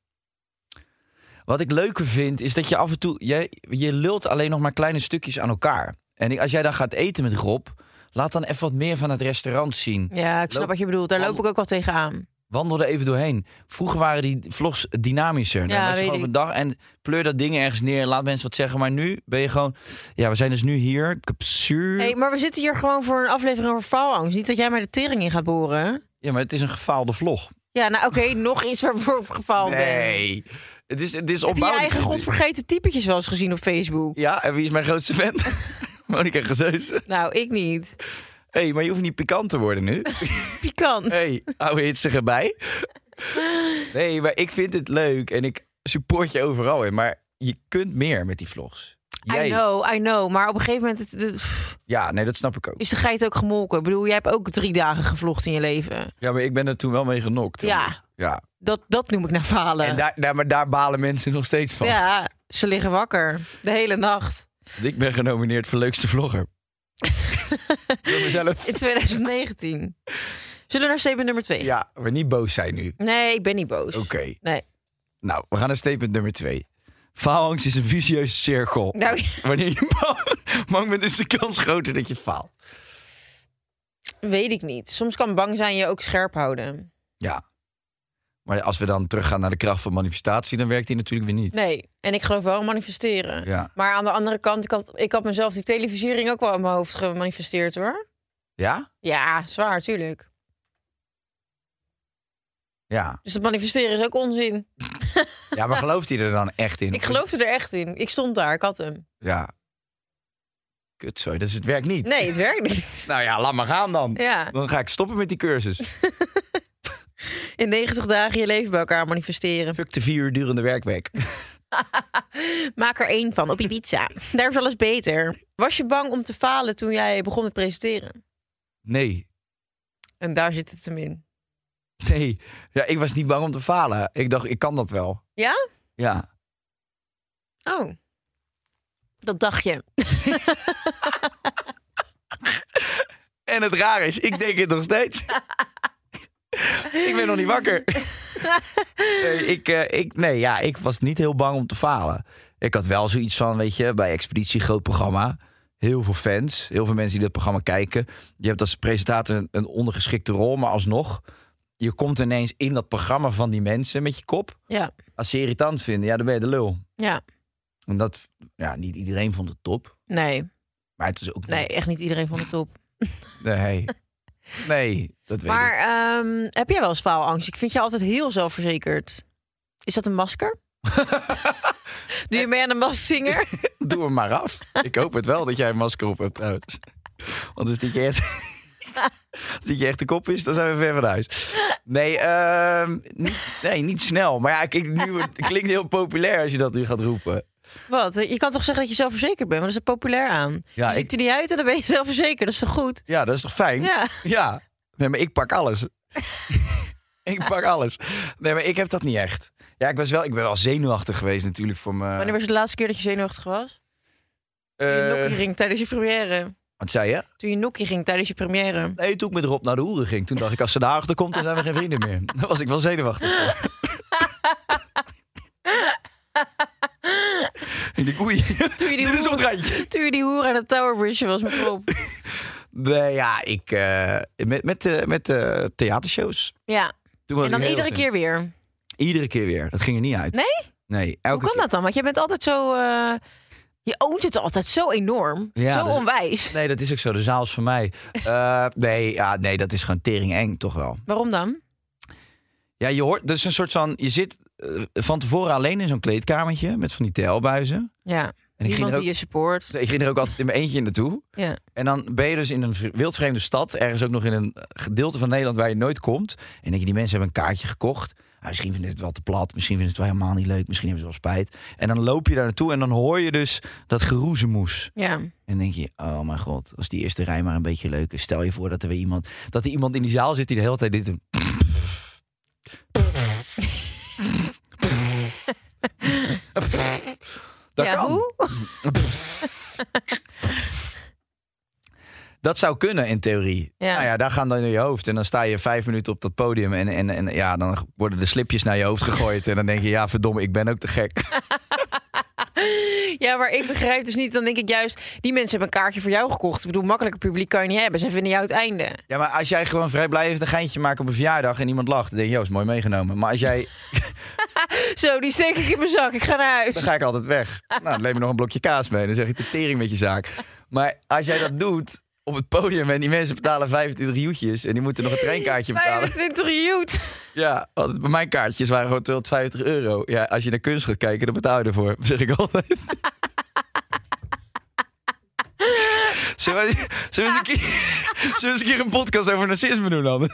E: Wat ik leuker vind, is dat je af en toe... Je, je lult alleen nog maar kleine stukjes aan elkaar. En ik- als jij dan gaat eten met Rob... Laat dan even wat meer van het restaurant zien.
F: Ja, ik snap
E: Loop-
F: wat je bedoelt. Daar loop ik ook wel tegenaan.
E: Wandel er even doorheen. Vroeger waren die vlogs dynamischer. Dan
F: Ja,
E: was je
F: weet
E: gewoon op
F: ik.
E: een dag en pleur dat ding ergens neer. Laat mensen wat zeggen. Maar nu ben je gewoon... Ja, we zijn dus nu hier. Ik heb zuur.
F: Hey, maar we zitten hier gewoon voor een aflevering over faalangst. Niet dat jij mij de tering in gaat boren.
E: Ja, maar het is een gefaalde vlog.
F: Ja, nou oké, <laughs> nog iets waarvoor ik gefaald ben.
E: Nee. Het is, het is
F: Heb je je
E: opbouwend.
F: eigen godvergeten typetjes wel eens gezien op Facebook?
E: Ja, en wie is mijn grootste
F: <laughs>
E: fan? Monika Gezeus.
F: Nou, ik niet.
E: Hé, hey, maar je hoeft niet pikant te worden nu.
F: Pikant.
E: Hé, hey, oude hitsige erbij. Nee, maar ik vind het leuk en ik support je overal in. Maar je kunt meer met die vlogs.
F: I know, I know. Maar op een gegeven moment het- het- pff,
E: Ja, nee, dat snap ik ook.
F: is de geit ook gemolken. Ik bedoel, jij hebt ook drie dagen gevlogd in je leven.
E: Ja, maar ik ben er toen wel mee genokt.
F: Ja.
E: ja.
F: Dat, dat noem ik naar falen.
E: En daar, daar, maar daar balen mensen nog steeds van.
F: Ja, ze liggen wakker. De hele nacht.
E: Ik ben genomineerd voor leukste
F: <laughs>
E: vlogger. Door mezelf. <laughs>
F: In 2019. Zullen we naar statement nummer twee?
E: Ja, maar niet boos zijn nu.
F: Nee, ik ben niet boos.
E: Oké.
F: Nee.
E: Nou, we gaan naar statement nummer twee. Faalangst is een vicieuze
F: <laughs>
E: cirkel.
F: Nou, ja.
E: Wanneer je bang- bang bent, is de kans groter dat je faalt.
F: Weet ik niet. Soms kan bang zijn je ook scherp houden.
E: Ja. Maar als we dan teruggaan naar de kracht van manifestatie, dan werkt die natuurlijk weer niet.
F: Nee, en ik geloof wel in manifesteren.
E: Ja.
F: Maar aan de andere kant, ik had, ik had mezelf die televisiering ook wel in mijn hoofd gemanifesteerd hoor.
E: Ja?
F: Ja, zwaar, tuurlijk.
E: Ja.
F: Dus dat manifesteren is ook onzin.
E: Ja,
F: <laughs>
E: dus- maar gelooft hij er dan echt in?
F: Ik geloofde er echt in. Ik stond daar, ik had hem.
E: Ja. Kut, sorry. Dus het werkt niet.
F: Nee, het werkt
E: <laughs>
F: niet.
E: Nou ja, laat maar gaan dan.
F: Ja,
E: Dan ga ik stoppen met die cursus.
F: in 90 dagen je leven bij elkaar manifesteren.
E: Fuck de vier uur durende werkweek.
F: Maak er één van op Ibiza. Daar is alles beter. Was je bang om te falen toen jij begon met presenteren?
E: Nee.
F: En daar zit het hem in.
E: Nee. Ja, ik was niet bang om te falen. Ik dacht, ik kan dat wel.
F: Ja?
E: Ja.
F: Oh. Dat dacht je.
E: En het raar is, ik denk het nog steeds. <laughs> ik ben nog niet wakker. nee, ik, eh, ik, nee, ja, ik was niet heel bang om te falen. Ik had wel zoiets van, weet je, bij Expeditie, groot programma. Heel veel fans, heel veel mensen die dat programma kijken. Je hebt als presentator een, een ondergeschikte rol, maar alsnog... je komt ineens in dat programma van die mensen met je kop.
F: Ja.
E: Als ze je irritant vinden, ja, dan ben je de lul.
F: Ja.
E: En dat, ja, niet iedereen vond het top.
F: Nee.
E: Maar het is ook
F: Nee,
E: niet-
F: echt niet iedereen vond het
E: <laughs>
F: top. <laughs>
E: Nee, nee dat weet
F: Maar
E: ik.
F: ehm, heb jij wel eens faalangst? Ik vind je altijd heel zelfverzekerd. Is dat een masker?
E: <laughs>
F: Doe je mee aan een maskzinger?
E: Doe hem maar af. Ik hoop het wel dat jij een masker op hebt trouwens. Want als dit je echt,
F: <laughs>
E: als dit je echt de kop is, dan zijn we ver van huis. Nee, ehm, niet, nee niet snel. Maar ja, kijk, nu, het klinkt heel populair als je dat nu gaat roepen.
F: Wat? Je kan toch zeggen dat je zelfverzekerd bent? Want dat is er populair aan.
E: Ja,
F: je ziet
E: ik-
F: er niet uit en dan ben je zelfverzekerd. Dat is toch goed?
E: Ja, dat is toch fijn?
F: Ja.
E: Ja. Nee, maar ik pak
F: <laughs>
E: alles. ik pak alles. Nee, maar ik heb dat niet echt. Ja, ik, was wel, ik ben wel zenuwachtig geweest natuurlijk voor mijn...
F: Wanneer was de laatste keer dat je zenuwachtig was? Toen je nokkie
E: Eh,
F: ging tijdens je première.
E: Wat zei je?
F: Toen je nokkie ging tijdens je
E: <laughs>
F: première.
E: Nee, toen ik met Rob naar de hoeren ging. Toen dacht ik, als ze daarachter komt, dan zijn we geen vrienden <laughs> meer. Dan was ik wel zenuwachtig.
F: <laughs>
E: voor. ik denk, oei,
F: Toen je die
E: dit is op het
F: hoeren-
E: randje.
F: Toen je die hoer aan het Tower Bridge was met
E: <laughs>
F: Rob.
E: Nee, ja, ik... eh, met met, eh, met eh, theatershows.
F: Ja.
E: Toen was
F: En dan
E: ik heel
F: iedere
E: zenuwachtig.
F: keer weer.
E: Iedere keer weer. Dat ging er niet uit.
F: Nee?
E: Nee, elke
F: Hoe kan
E: keer.
F: dat dan? Want je bent altijd zo... eh, je oont het altijd zo enorm.
E: Ja, dus-
F: zo
E: dat is-
F: onwijs.
E: Nee, dat is ook zo. De zaal is voor mij. Eh, nee, ja, nee, dat is gewoon tering eng, toch wel.
F: Waarom dan?
E: Ja, je hoort, dat is een soort van... Je zit eh, van tevoren alleen in zo'n kleedkamertje met van die telbuizen.
F: Ja.
E: En ik ging,
F: Iemand
E: er ook,
F: die je support.
E: ik ging er ook altijd in mijn eentje naartoe.
F: Ja.
E: En dan ben je dus in een v- wildvreemde stad, ergens ook nog in een gedeelte van Nederland waar je nooit komt. En denk je, die mensen hebben een kaartje gekocht. Ah, misschien vinden ze het wel te plat, misschien vinden ze het wel helemaal niet leuk, misschien hebben ze wel spijt. En dan loop je daar naartoe en dan hoor je dus dat geroezemoes.
F: Ja.
E: En dan denk je, oh mijn god, als die eerste rij maar een beetje leuk is. Stel je voor dat er weer iemand, dat er iemand in die zaal zit die de hele tijd dit doet. Dat
F: ja,
E: kan.
F: hoe? <laughs>
E: Dat zou kunnen in theorie.
F: Ja.
E: Nou ja, daar gaan dan in je hoofd. En dan sta je vijf minuten op dat podium. En, en, en ja, dan worden de slipjes naar je hoofd gegooid. En dan denk je, ja, verdomme, ik ben ook te
F: <laughs>
E: gek.
F: Ja, maar ik begrijp dus niet. Dan denk ik juist, die mensen hebben een kaartje voor jou gekocht. Ik bedoel, makkelijker publiek kan je niet hebben. Zij vinden jou het einde.
E: Ja, maar als jij gewoon vrijblijvend een geintje maakt op een verjaardag. en iemand lacht, dan denk je, joh, is mooi meegenomen. Maar als jij.
F: Zo, die steek ik in mijn zak. Ik ga naar huis.
E: dan ga ik altijd weg. Nou, dan neem je nog een blokje kaas mee. Dan zeg je de tering met je zaak. Maar als jij dat doet op het podium. en die mensen betalen 25 joetjes. en die moeten nog een treinkaartje betalen.
F: 25 joet. <laughs>
E: Ja, want bij mijn kaartjes waren gewoon 250 euro. Ja, als je naar kunst gaat kijken, dan betaal je ervoor, <laughs> zeg ik altijd. Zullen we, zullen, we eens een keer, zullen we eens een keer een podcast over narcisme doen dan?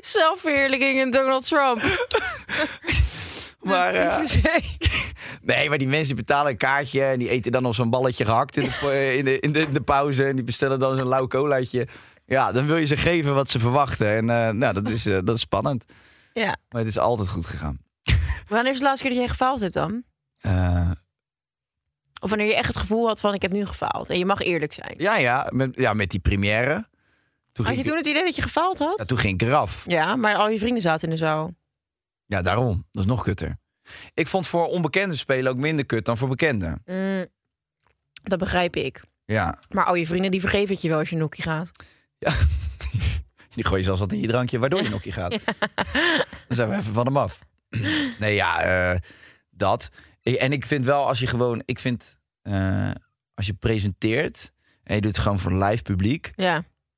F: Zelfverheerlijking en Donald Trump.
E: <laughs> Maar, eh, nee, maar die mensen betalen een kaartje en die eten dan nog zo'n balletje gehakt
F: <laughs>
E: in de, in, de, in, de, in de pauze. En die bestellen dan zo'n lauw colaatje. Ja, dan wil je ze geven wat ze verwachten. En eh, nou, dat is, eh, dat is spannend.
F: ja.
E: Maar het is altijd goed gegaan.
F: Wanneer is de laatste keer dat jij gefaald hebt dan?
E: Eh,
F: Of wanneer je echt het gevoel had van ik heb nu gefaald. En je mag eerlijk zijn.
E: ja, ja met, ja, met die première. Toen
F: Had
E: ging
F: je
E: ik-
F: toen het idee dat je gefaald
E: Ja,
F: had?
E: toen ging ik eraf.
F: Ja, maar al je vrienden zaten in de zaal.
E: Ja, daarom. Dat is nog kutter. Ik vond voor onbekende spelen ook minder kut dan voor bekenden.
F: Mm, dat begrijp ik.
E: Ja.
F: Maar al je vrienden die vergeven het je wel als je Noekie gaat.
E: ja. <laughs> Die gooi je zelfs wat in je drankje, waardoor je nokkie gaat. Dan zijn we even van hem af. Nee, ja, eh, dat. Ik- En ik vind wel, als je gewoon... Ik vind, eh, als je presenteert en je doet het gewoon voor live publiek...
F: Ja,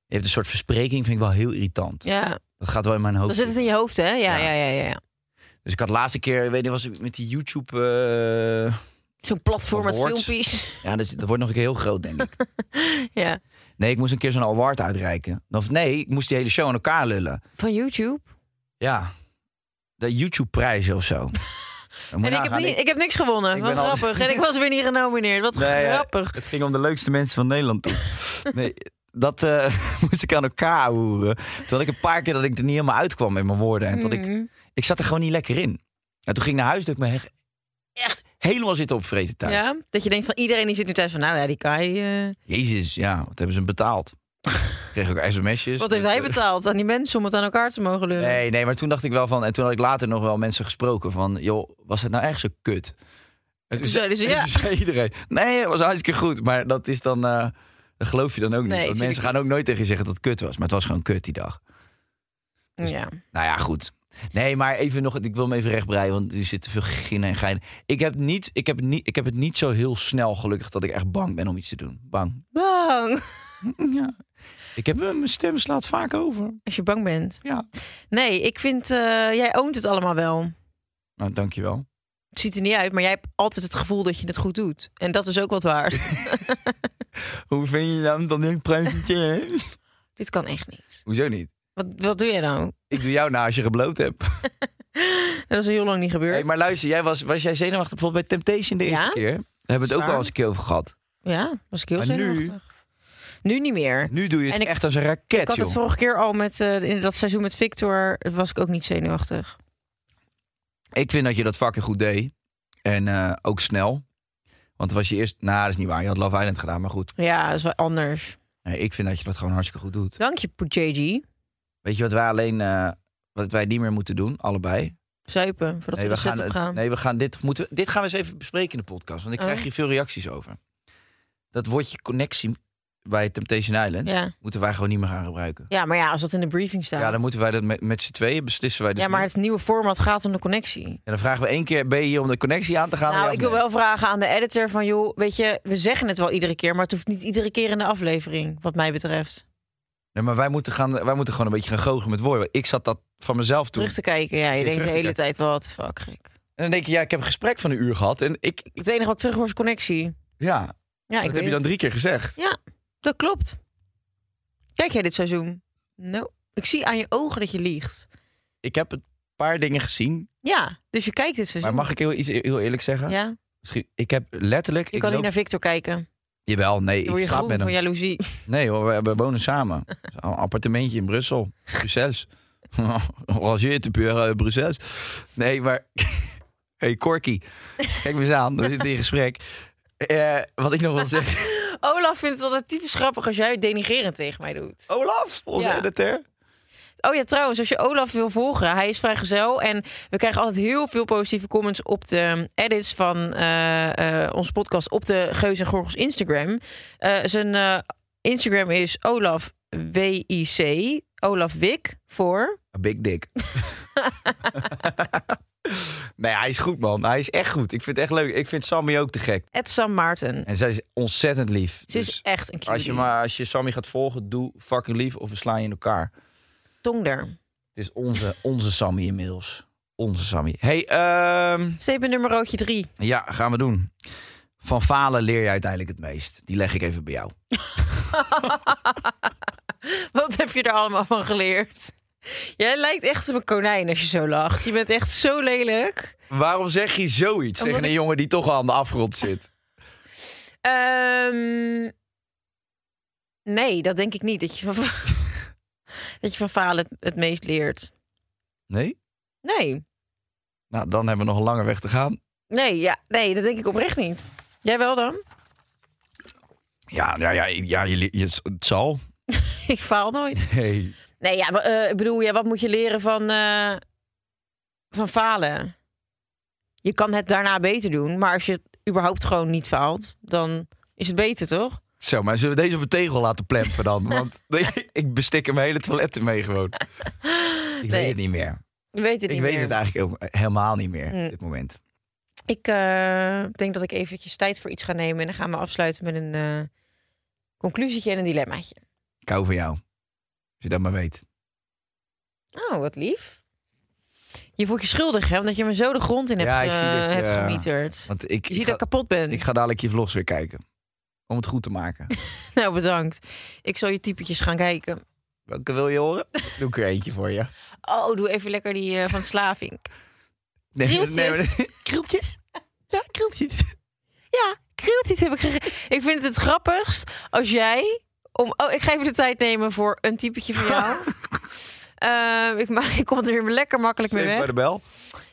E: Je hebt een soort verspreking, vind ik wel heel irritant.
F: ja.
E: Dat gaat wel in mijn
F: Dan
E: hoofd.
F: zit Dus het in je hoofd, hè? Ja,
E: Ja.
F: ja, ja, ja. ja.
E: Dus ik had de laatste keer, ik weet niet, was ik met die YouTube... eh,
F: Zo'n platform met
E: Awards.
F: filmpjes. <laughs>
E: ja, dat, is- dat wordt nog een keer heel groot, denk ik.
F: Ja.
E: Nee, ik moest een keer zo'n award uitreiken. Of nee, ik moest die hele show aan elkaar lullen.
F: Van YouTube.
E: Ja. De
F: <laughs>
E: YouTube-prijzen of zo. Dan moet je
F: En ik heb,
E: nagaan,
F: niet, ik heb niks gewonnen.
E: Ik
F: Wat
E: ben al-
F: grappig. En ik was weer niet genomineerd. Wat
E: Nee, eh,
F: grappig.
E: Het ging om de leukste mensen van Nederland toe.
F: <laughs>
E: nee, dat eh, <laughs> moest ik aan elkaar hoeren. Toen had ik een paar keer dat ik er niet helemaal uitkwam met mijn woorden. En dat ik,
F: Mm.
E: ik zat er gewoon niet lekker in. En toen ging ik naar huis, dat ik me echt, echt helemaal zitten opvreten thuis. Dus
F: Ja, dat je denkt van iedereen die zit nu thuis van nou ja, die Kai, eh,
E: Jezus, ja, wat hebben ze hem betaald? Ik kreeg ook sms'jes.
F: wat heeft hij betaald aan die mensen om het aan elkaar te mogen lullen?
E: Nee, nee, maar toen dacht ik wel van... En toen had ik later nog wel mensen gesproken van... joh, was het nou echt zo kut? En
F: Toen zeiden ze,
E: en
F: ja.
E: toen zei iedereen, nee, het was hartstikke goed. Maar dat is dan... eh, dat geloof je dan ook niet.
F: Nee,
E: Want
F: tuurlijk
E: mensen gaan ook
F: niet.
E: nooit tegen je zeggen dat het kut was. Maar het was gewoon kut die dag.
F: Ja.
E: Nou ja, goed. Nee, maar even nog... Ik wil hem even rechtbreien, want er zit te veel ginnen en gein. Ik heb, niet, ik, heb niet, ik heb het niet zo heel snel gelukkig dat ik echt bang ben om iets te doen. Bang. <laughs>
F: Bang.
E: Ja. Ik heb eh, mijn stem slaat vaak over.
F: Als je bang bent.
E: Ja.
F: Nee, ik vind, eh, jij oont het allemaal wel.
E: Nou, dankjewel.
F: Het ziet er niet uit, maar jij hebt altijd het gevoel dat je het goed doet. En dat is ook wat
E: <laughs>
F: waar.
E: Hoe vind je dat dan nu presenteren?
F: Dit kan echt niet.
E: Hoezo niet?
F: Wat, wat doe jij nou? <gasps>
E: Ik doe jou na als je gebloot
F: <laughs>
E: hebt.
F: Dat is al heel lang niet gebeurd.
E: Hey, maar luister, jij was, was jij zenuwachtig bijvoorbeeld bij Temptation de eerste
F: Ja?
E: keer? Daar hebben we het ook
F: Zwaar.
E: al eens een keer over gehad.
F: Ja, was ik heel
E: Maar nu-
F: zenuwachtig. Nu niet meer.
E: Nu doe je het
F: En ik-
E: echt als een raket,
F: Ik had het
E: joh.
F: vorige keer al met eh, in dat seizoen met Victor. Was ik ook niet zenuwachtig.
E: Ik vind dat je dat fucking goed deed. En eh, ook snel. Want het was je eerst... Nou, dat is niet waar. Je had Love Island gedaan, maar goed.
F: Ja, dat is wel anders.
E: Nee, ik vind dat je dat gewoon hartstikke goed doet.
F: Dank je, JG. Weet
E: Weet je wat wij alleen... eh, wat wij niet meer moeten doen, allebei.
F: Zuipen, voordat we
E: we
F: de set op
E: het-
F: gaan.
E: nee, we gaan dit, moeten, we- dit gaan we eens even bespreken in de podcast. Want ik
F: Oh.
E: krijg hier veel reacties over. Dat woordje connectie bij Temptation Island...
F: ja.
E: moeten wij gewoon niet meer gaan gebruiken.
F: ja, maar ja, als dat in de briefing staat.
E: Ja, dan moeten wij dat met, met z'n tweeën beslissen. Wij dus
F: ja, maar
E: niet.
F: het nieuwe format gaat om de connectie.
E: En dan vragen we één keer: ben je hier om de connectie aan te gaan?
F: Nou,
E: Ja of
F: ik wil
E: nee?
F: wel vragen aan de editor van... joh, weet je, we zeggen het wel iedere keer... maar het hoeft niet iedere keer in de aflevering, wat mij betreft.
E: Nee, maar wij moeten, gaan, wij moeten gewoon een beetje gaan goochelen met woorden. Ik zat dat van mezelf toen.
F: Terug te kijken, ja, je
E: Keer
F: denkt de
E: terug te
F: hele tijd... wat fuck, gek.
E: En dan denk je: ja, ik heb een gesprek van een uur gehad. En ik,
F: Het enige wat ik terug hoor is connectie.
E: ja,
F: Ja, ik
E: Oh, dat
F: weet
E: heb je dan
F: het.
E: drie keer gezegd.
F: Dat klopt. Kijk jij dit seizoen? Nou, ik zie aan je ogen dat je liegt.
E: Ik heb een paar dingen gezien.
F: Ja, dus je kijkt dit
E: Maar
F: seizoen.
E: mag ik heel, iets heel eerlijk zeggen?
F: Ja,
E: Misschien, ik heb letterlijk.
F: je
E: ik
F: kan
E: loop-
F: niet naar Victor kijken.
E: Jawel, nee,
F: Dan word
E: ik
F: je
E: slaap
F: groen
E: met
F: van
E: hem.
F: jaloezie. <laughs>
E: <laughs> Nee hoor, we, we wonen samen. Een appartementje in Brussel. Succes. <laughs> Ranger te pure eh, Bruxelles. Nee, maar... <laughs> hey, Corky. Kijk me eens aan. We zitten in gesprek. Eh, wat ik nog wil zeggen...
F: <laughs> Olaf vindt het altijd typisch grappig als jij het denigerend tegen mij doet.
E: Olaf, onze
F: Ja.
E: editor.
F: Oh ja, trouwens, als je Olaf wil volgen, hij is vrijgezel. En we krijgen altijd heel veel positieve comments op de edits van eh, eh, onze podcast op de Geus en Gorgels Instagram. Eh, zijn eh, Instagram is Olaf WIC. Olaf Wik voor.
E: A Big dick. <laughs> nee, hij is goed, man. Hij is echt goed. Ik vind het echt leuk. Ik vind Sammy ook te gek.
F: Ed Sam Maarten.
E: En zij is ontzettend lief.
F: Ze is
E: Dus
F: echt een cutie.
E: als je, maar, als je Sammy gaat volgen, doe fucking lief of we slaan je in elkaar.
F: Tong daar.
E: Het is onze, onze Sammy inmiddels. Onze Sammy. hey, ehm,
F: Statement nummerootje drie.
E: ja, gaan we doen. Van falen leer je uiteindelijk het meest. Die leg ik even bij jou.
F: Wat heb je er allemaal van geleerd? <laughs> Jij lijkt echt op een konijn als je zo lacht. Je bent echt zo lelijk.
E: Waarom zeg je zoiets
F: Omdat
E: tegen een
F: ik-
E: jongen die toch al aan de afgrond zit?
F: Ehm, nee, dat denk ik niet. Dat je van, <laughs> dat je van falen het, het meest leert.
E: Nee?
F: Nee,
E: Nou, dan hebben we nog een lange weg te gaan.
F: nee, ja, nee, dat denk ik oprecht niet. Jij wel dan?
E: Ja, ja, ja, ja je, je, het zal.
F: <laughs> ik faal nooit.
E: Hey.
F: Nee, ja, wa- eh, ik bedoel, ja, wat moet je leren van, eh, van falen? Je kan het daarna beter doen, maar als je het überhaupt gewoon niet faalt, dan is het beter, toch?
E: Zo, maar zullen we deze op een tegel laten plempen
F: <laughs>
E: dan? Want nee, ik bestik hem hele toilet mee gewoon. Ik weet
F: Nee.
E: het niet meer.
F: Je weet het
E: Ik
F: niet
E: weet
F: meer.
E: het eigenlijk ook helemaal niet meer
F: Mm.
E: op dit moment.
F: Ik eh, denk dat ik eventjes tijd voor iets ga nemen. En dan gaan we afsluiten met een eh conclusietje en een dilemmaatje.
E: Ik hou van jou. Als je dat maar weet.
F: Oh, wat lief. Je voelt je schuldig, hè? Omdat je me zo de grond in hebt,
E: Ja, ik zie
F: eh,
E: dat je-
F: hebt gemieterd.
E: Want ik,
F: Je
E: ik,
F: ziet
E: ga,
F: dat ik kapot ben.
E: ik ga dadelijk je vlogs weer kijken. Om het goed te maken.
F: Nou, bedankt. Ik zal je typetjes gaan kijken.
E: <laughs> Welke wil je horen? <laughs> Doe ik er eentje voor je.
F: Oh, doe even lekker die eh, van Slavink.
E: Nee,
F: Krieltjes.
E: <laughs> maar- krieltjes? Ja, krieltjes.
F: <laughs> Ja, krieltjes heb ik gegeven. Ik vind het het grappigst als jij... Om... Oh, ik ga even de tijd nemen voor een typetje van jou. Eh, ik, ma- ik kom er weer lekker makkelijk mee
E: Even
F: weg.
E: bij de bel.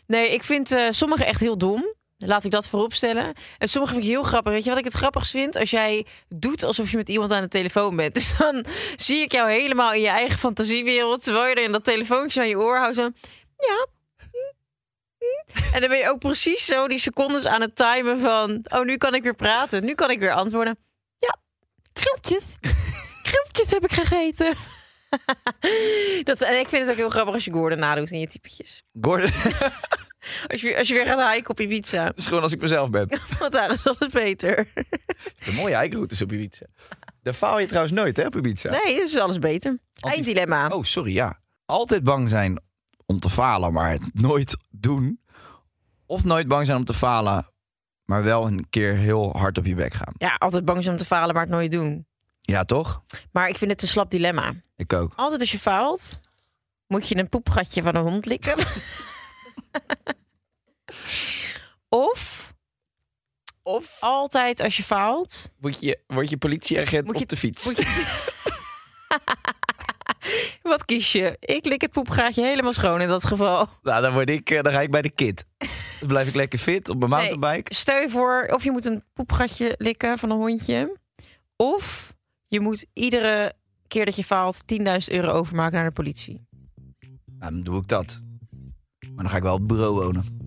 F: Nee, ik vind eh sommige echt heel dom. Laat ik dat vooropstellen. En sommige vind ik heel grappig. Weet je wat ik het grappigst vind? Als jij doet alsof je met iemand aan de telefoon bent. <laughs> Dus dan zie ik jou helemaal in je eigen fantasiewereld. Terwijl je er in dat telefoontje aan je oor houdt. Zo, ja. mm, mm." En dan ben je ook precies zo die secondes aan het timen van... Oh, nu kan ik weer praten. Nu kan ik weer antwoorden. Ja, krieltjes. Krieltjes heb ik gegeten. <laughs> dat, en ik vind het ook heel grappig als je Gordon nadoet in je typetjes.
E: Gordon <laughs>
F: Als je, als je weer gaat hiken op Ibiza. <laughs>
E: is gewoon als ik mezelf ben.
F: Want daar is alles beter.
E: De mooie hikeroutes op Ibiza. Daar faal je trouwens nooit, hè, op Ibiza?
F: Nee, dus is alles beter. Einddilemma.
E: Oh, sorry, ja. Altijd bang zijn om te falen, maar het nooit doen. Of nooit bang zijn om te falen, maar wel een keer heel hard op je bek gaan.
F: Ja, altijd bang zijn om te falen, maar het nooit doen.
E: Ja, toch?
F: Maar ik vind het een slap dilemma.
E: Ik ook.
F: Altijd als je faalt, moet je een poepgatje van een hond likken. <laughs> of
E: Of
F: altijd als je faalt,
E: moet je, word je politieagent
F: Moet je-
E: op de fiets?
F: moet je... <laughs> Wat kies je? Ik lik het poepgaatje helemaal schoon in dat geval.
E: Nou, dan, word ik, eh, dan ga ik bij de kid. Dan blijf ik lekker fit op mijn
F: Nee.
E: mountainbike.
F: Stel je voor, of je moet een poepgatje likken van een hondje. Of je moet iedere keer dat je faalt 10.000 euro overmaken naar de politie.
E: Nou, dan doe ik dat. Maar dan ga ik wel op het bureau wonen.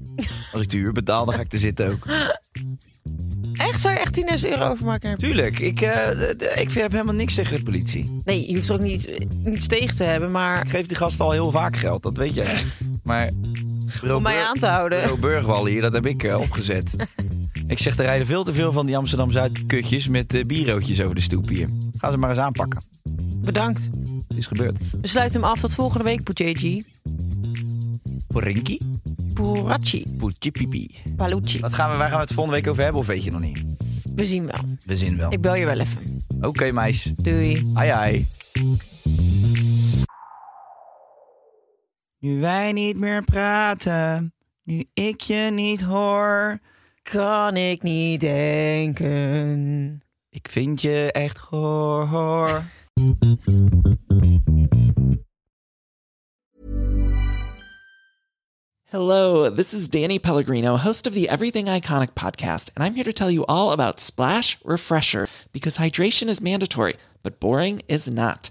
E: Als ik de huur betaal, dan ga ik er zitten ook.
F: Echt? Zou je echt 10.000 euro overmaken naar de
E: Tuurlijk, ik, eh, d- d- ik heb helemaal niks tegen de politie.
F: politie? Nee, je hoeft er ook niet, niets tegen te hebben, maar
E: Ik geef die gast al heel vaak geld, dat weet jij. Maar bureau
F: om mij
E: Bur-
F: aan te houden.
E: bureau Burgwal hier, dat heb ik eh, opgezet. ik zeg, er rijden veel te veel van die Amsterdam-Zuid-kutjes met eh bierootjes over de stoep hier. Ga ze maar eens aanpakken.
F: Bedankt.
E: Het is gebeurd.
F: We sluiten hem af tot volgende week, Pujeji.
E: Porinki,
F: Purachi,
E: poetjipipi.
F: Palucci.
E: Wat gaan we, waar gaan we het volgende week over hebben, of weet je nog niet?
F: We zien wel.
E: We zien wel.
F: Ik bel je wel even.
E: Oké, meis.
F: Doei.
E: Ai, ai. Nu wij niet meer praten, nu ik je niet hoor...
F: Kan ik niet denken.
E: Ik vind je echt hoor.
G: Hello, this is Danny Pellegrino, host of the Everything Iconic podcast, and I'm here to tell you all about Splash Refresher because hydration is mandatory, but boring is not.